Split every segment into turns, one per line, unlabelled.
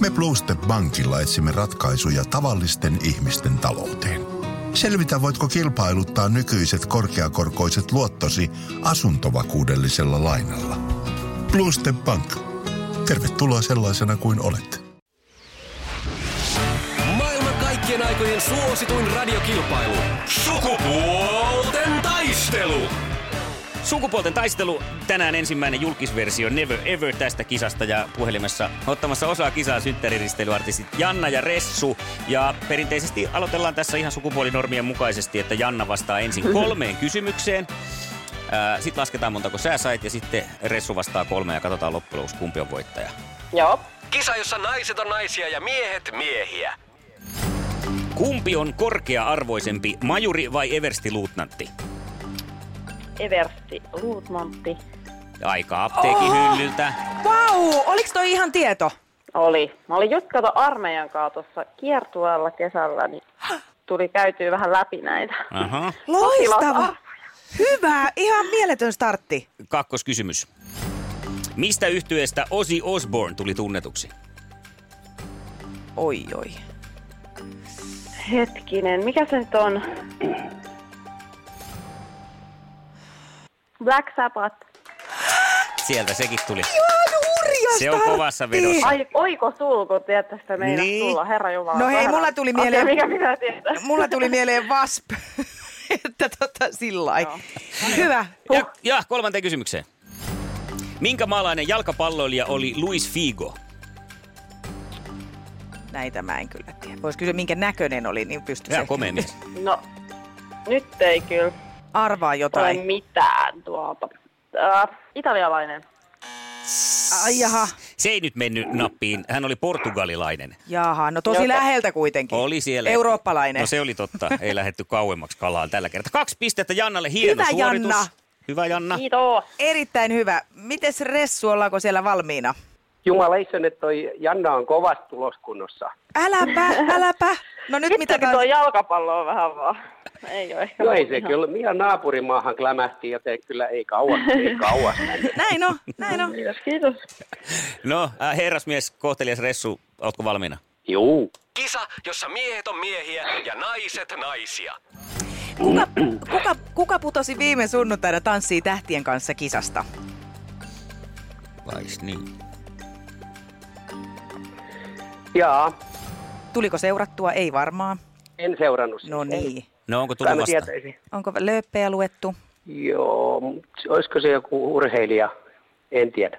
Me Pluste Bankilla etsimme ratkaisuja tavallisten ihmisten talouteen. Selvitä, voitko kilpailuttaa nykyiset korkeakorkoiset luottosi asuntovakuudellisella lainalla. Pluste Bank. Tervetuloa sellaisena kuin olet.
Maailman kaikkien aikojen suosituin radiokilpailu. Sukupuolten taistelu.
Sukupuolten taistelu, tänään ensimmäinen julkisversio Never Ever tästä kisasta ja puhelimessa ottamassa osaa kisaa synttäriristeilyartistit Janna ja Ressu. Ja perinteisesti aloitellaan tässä ihan sukupuolinormien mukaisesti, että Janna vastaa ensin kolmeen kysymykseen. Sitten lasketaan montako sä sait ja sitten Ressu vastaa kolme ja katsotaan loppujen lopuksi kumpi on voittaja.
Joo.
Kisa, jossa naiset on naisia ja miehet miehiä.
Kumpi on korkea-arvoisempi, majuri vai everstiluutnantti?
Eversti Luutmantti.
Aika apteekin hyllyltä.
Vau, oliks toi ihan tieto?
Oli. Mä olin just kato armeijan kanssa tuossa kiertueella kesällä, niin tuli käytyä vähän läpi näitä.
Aha.
Loistava.
Sotilasarvoja.
Hyvä, ihan mieletön startti.
Kakkoskysymys. Mistä yhtyeestä Ozzy Osbourne tuli tunnetuksi?
Oi, oi.
Hetkinen, mikä se nyt on? Black Sabbath.
Sieltä sekin tuli.
Hurja
Se on
startti.
kovassa
Niin.
vedossa.
Ai, oiko sulku, tiedätkö sitä meidän
Niin.
tulla, herra Jumala.
No hei, mulla tuli mieleen-
Okei, mikä pitää tietää?
Mulla tuli mieleen VASP. että tota sillä lailla. Hyvä.
Ja, ja kolmanteen kysymykseen. Minkä maalainen jalkapalloilija oli Luis Figo?
Näitä mä en kyllä tiedä. Vois kysyä, minkä näköinen oli, niin pystyisi
Hyvä
ehkä-
komea mies.
No, nyt ei kyllä
Arvaa
ole
jotain.
mitään tuolta. Äh, italialainen.
Ai jaha.
Se ei nyt mennyt nappiin. Hän oli portugalilainen.
Jaha, no tosi
Joka-
läheltä kuitenkin.
Oli siellä.
Eurooppalainen.
No se oli totta. Ei lähetty kauemmaksi kalaan tällä kertaa. Kaksi pistettä Jannalle. Hieno
Hyvä,
suoritus.
Janna.
Hyvä
Ah.
Janna.
Kiitos.
Erittäin hyvä. Mites Ressu, ollaanko siellä valmiina?
Jumalaisen, että toi Janna on kovasti tuloskunnossa.
Äläpä, äläpä. No nyt mitä...
Vitsäkin
tää-
tuo jalkapallo on vähän vaan. Ei ole ehkä.
No ei se
ihan-
kyllä, meidän naapurimaahan klämähti, joten kyllä ei kauas, ei kauas.
Näin on, näin on.
Kiitos, kiitos.
No, äh, herrasmies, kohtelias Ressu, ootko valmiina?
Juu.
Kisa, jossa miehet on miehiä ja naiset naisia.
Kuka, kuka, kuka putosi viime sunnuntaina Tanssii tähtien kanssa kisasta?
Vais niin.
Jaa,
Tuliko seurattua? Ei varmaan.
en seurannut sitä.
No niin.
No onko tullut
Kyllä mä
vastaan?
tietäisin.
Onko lööppejä luettu?
Joo, mut olisiko se joku urheilija? En tiedä.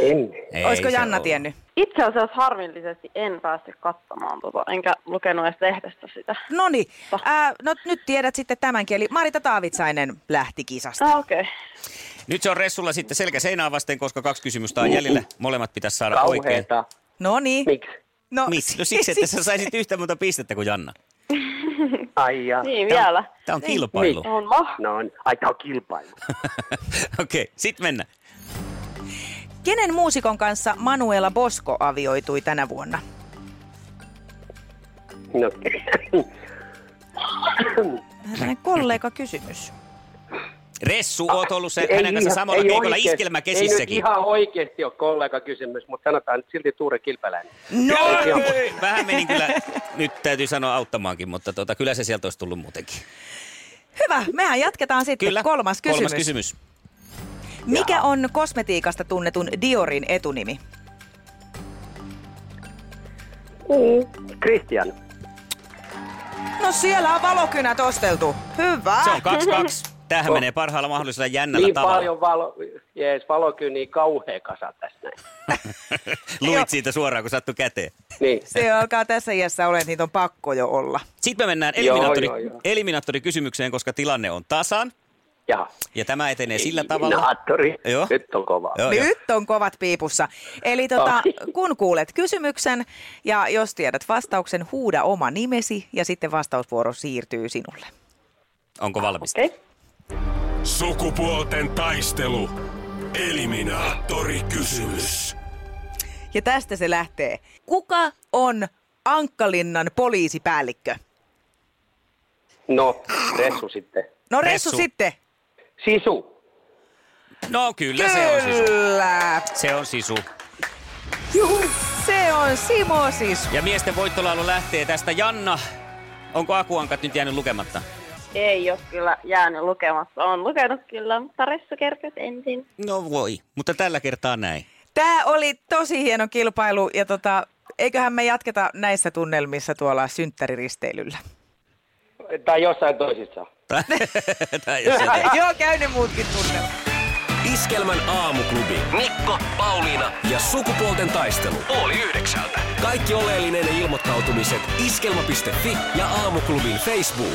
En.
Ei
Olisiko
se
Janna
ollut.
tiennyt?
Itse asiassa harmillisesti en päässyt katsomaan tota, enkä lukenut edes lehdestä sitä.
No niin. Äh, no nyt tiedät sitten tämänkin. Eli Marita Taavitsainen lähti kisasta.
Ah, okei. Okay.
Nyt se on Ressulla sitten selkä seinää vasten, koska kaksi kysymystä on jäljellä. Molemmat pitäisi saada oikein.
Niin. Kauheeta.
No niin.
Miksi?
No,
Miksi? No siksi, että sä saisit yhtä monta pistettä kuin Janna.
Ai ja.
Niin, vielä.
Tämä on kilpailu.
On ma.
No on, ai tää on kilpailu. Niin.
Okei, sit mennään.
Kenen muusikon kanssa Manuela Bosko avioitui tänä vuonna?
No.
Tällainen kollega kysymys.
Ressu, oot ollut se
Ah, Ei
hänen kanssa
ihan-
samalla
ei
keikolla
oikeesti- Ei nyt
iskelmäkesissäkin.
ihan oikeasti ole kollega kysymys, mutta sanotaan nyt silti Tuure Kilpeläinen.
No, vähän menin kyllä, nyt täytyy sanoa auttamaankin, mutta tota, kyllä se sieltä olisi tullut muutenkin.
Hyvä, mehän jatketaan sitten.
Kyllä.
Kolmas kysymys.
Kolmas kysymys.
Mikä on kosmetiikasta tunnetun Diorin etunimi?
Christian.
No siellä on valokynät osteltu. Hyvä.
Se on 2-2. Tämähän menee parhaalla mahdollisella jännällä
Niin
tavalla.
paljon valo, jees, valokyniä kauhea kasa tässä näin.
Luit siitä suoraan, kun sattui käteen.
Niin.
Se alkaa tässä iässä olla, että niitä on pakko jo olla.
Sitten me mennään
Joo,
eliminaattori,
joo, joo.
eliminaattorikysymykseen, koska tilanne on tasan.
Jaha.
Ja tämä etenee sillä tavalla.
Naattori.
Joo.
Nyt on kovaa.
Joo, Ah. joo.
Nyt on kovat piipussa. Eli tota,
Ai.
kun kuulet kysymyksen ja jos tiedät vastauksen, huuda oma nimesi ja sitten vastausvuoro siirtyy sinulle.
Onko valmis?
Okei. Okay.
Sukupuolten taistelu. Eliminaattori kysymys.
Ja tästä se lähtee. Kuka on Ankkalinnan poliisipäällikkö?
No, Ressu sitten.
No Ressu,
Ressu.
sitten.
Sisu.
No kyllä, se on sisu.
Kyllä.
Se on sisu.
Juhu. Se on on Simo siis.
Ja miesten voittolaulu lähtee tästä. Janna, onko akuankat nyt jäänyt lukematta?
Ei ole kyllä jäänyt lukemassa. Olen lukenut kyllä, mutta Ressu kerkesi ensin.
No voi, mutta tällä kertaa näin.
Tämä oli tosi hieno kilpailu ja tota, eiköhän me jatketa näissä tunnelmissa tuolla synttäriristeilyllä.
Tai jossain toisissa.
Tai jos jotain.
Joo, käy ne muutkin tunnelmat.
Iskelmän aamuklubi.
Mikko, Pauliina
ja sukupuolten taistelu.
oli yhdeksältä.
Kaikki oleellinen ilmoittautumiset iskelma.fi ja aamuklubin Facebook.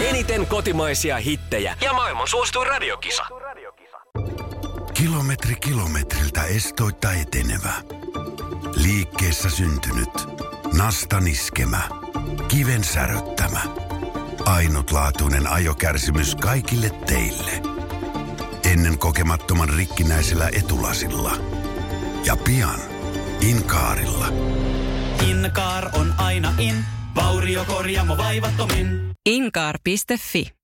Eniten kotimaisia hittejä
Ja maailman suosituin radiokisa.
Kilometri kilometriltä estoitta etenevä. Liikkeessä syntynyt. Nasta niskemä. Kiven säröttämä. Ainutlaatuinen ajokärsimys kaikille teille. Ennen kokemattoman rikkinäisellä etulasilla. Ja pian Inkaarilla.
Inkaar on aina in. Vauriokorjaamo vaivattomin.
Inkaar.fi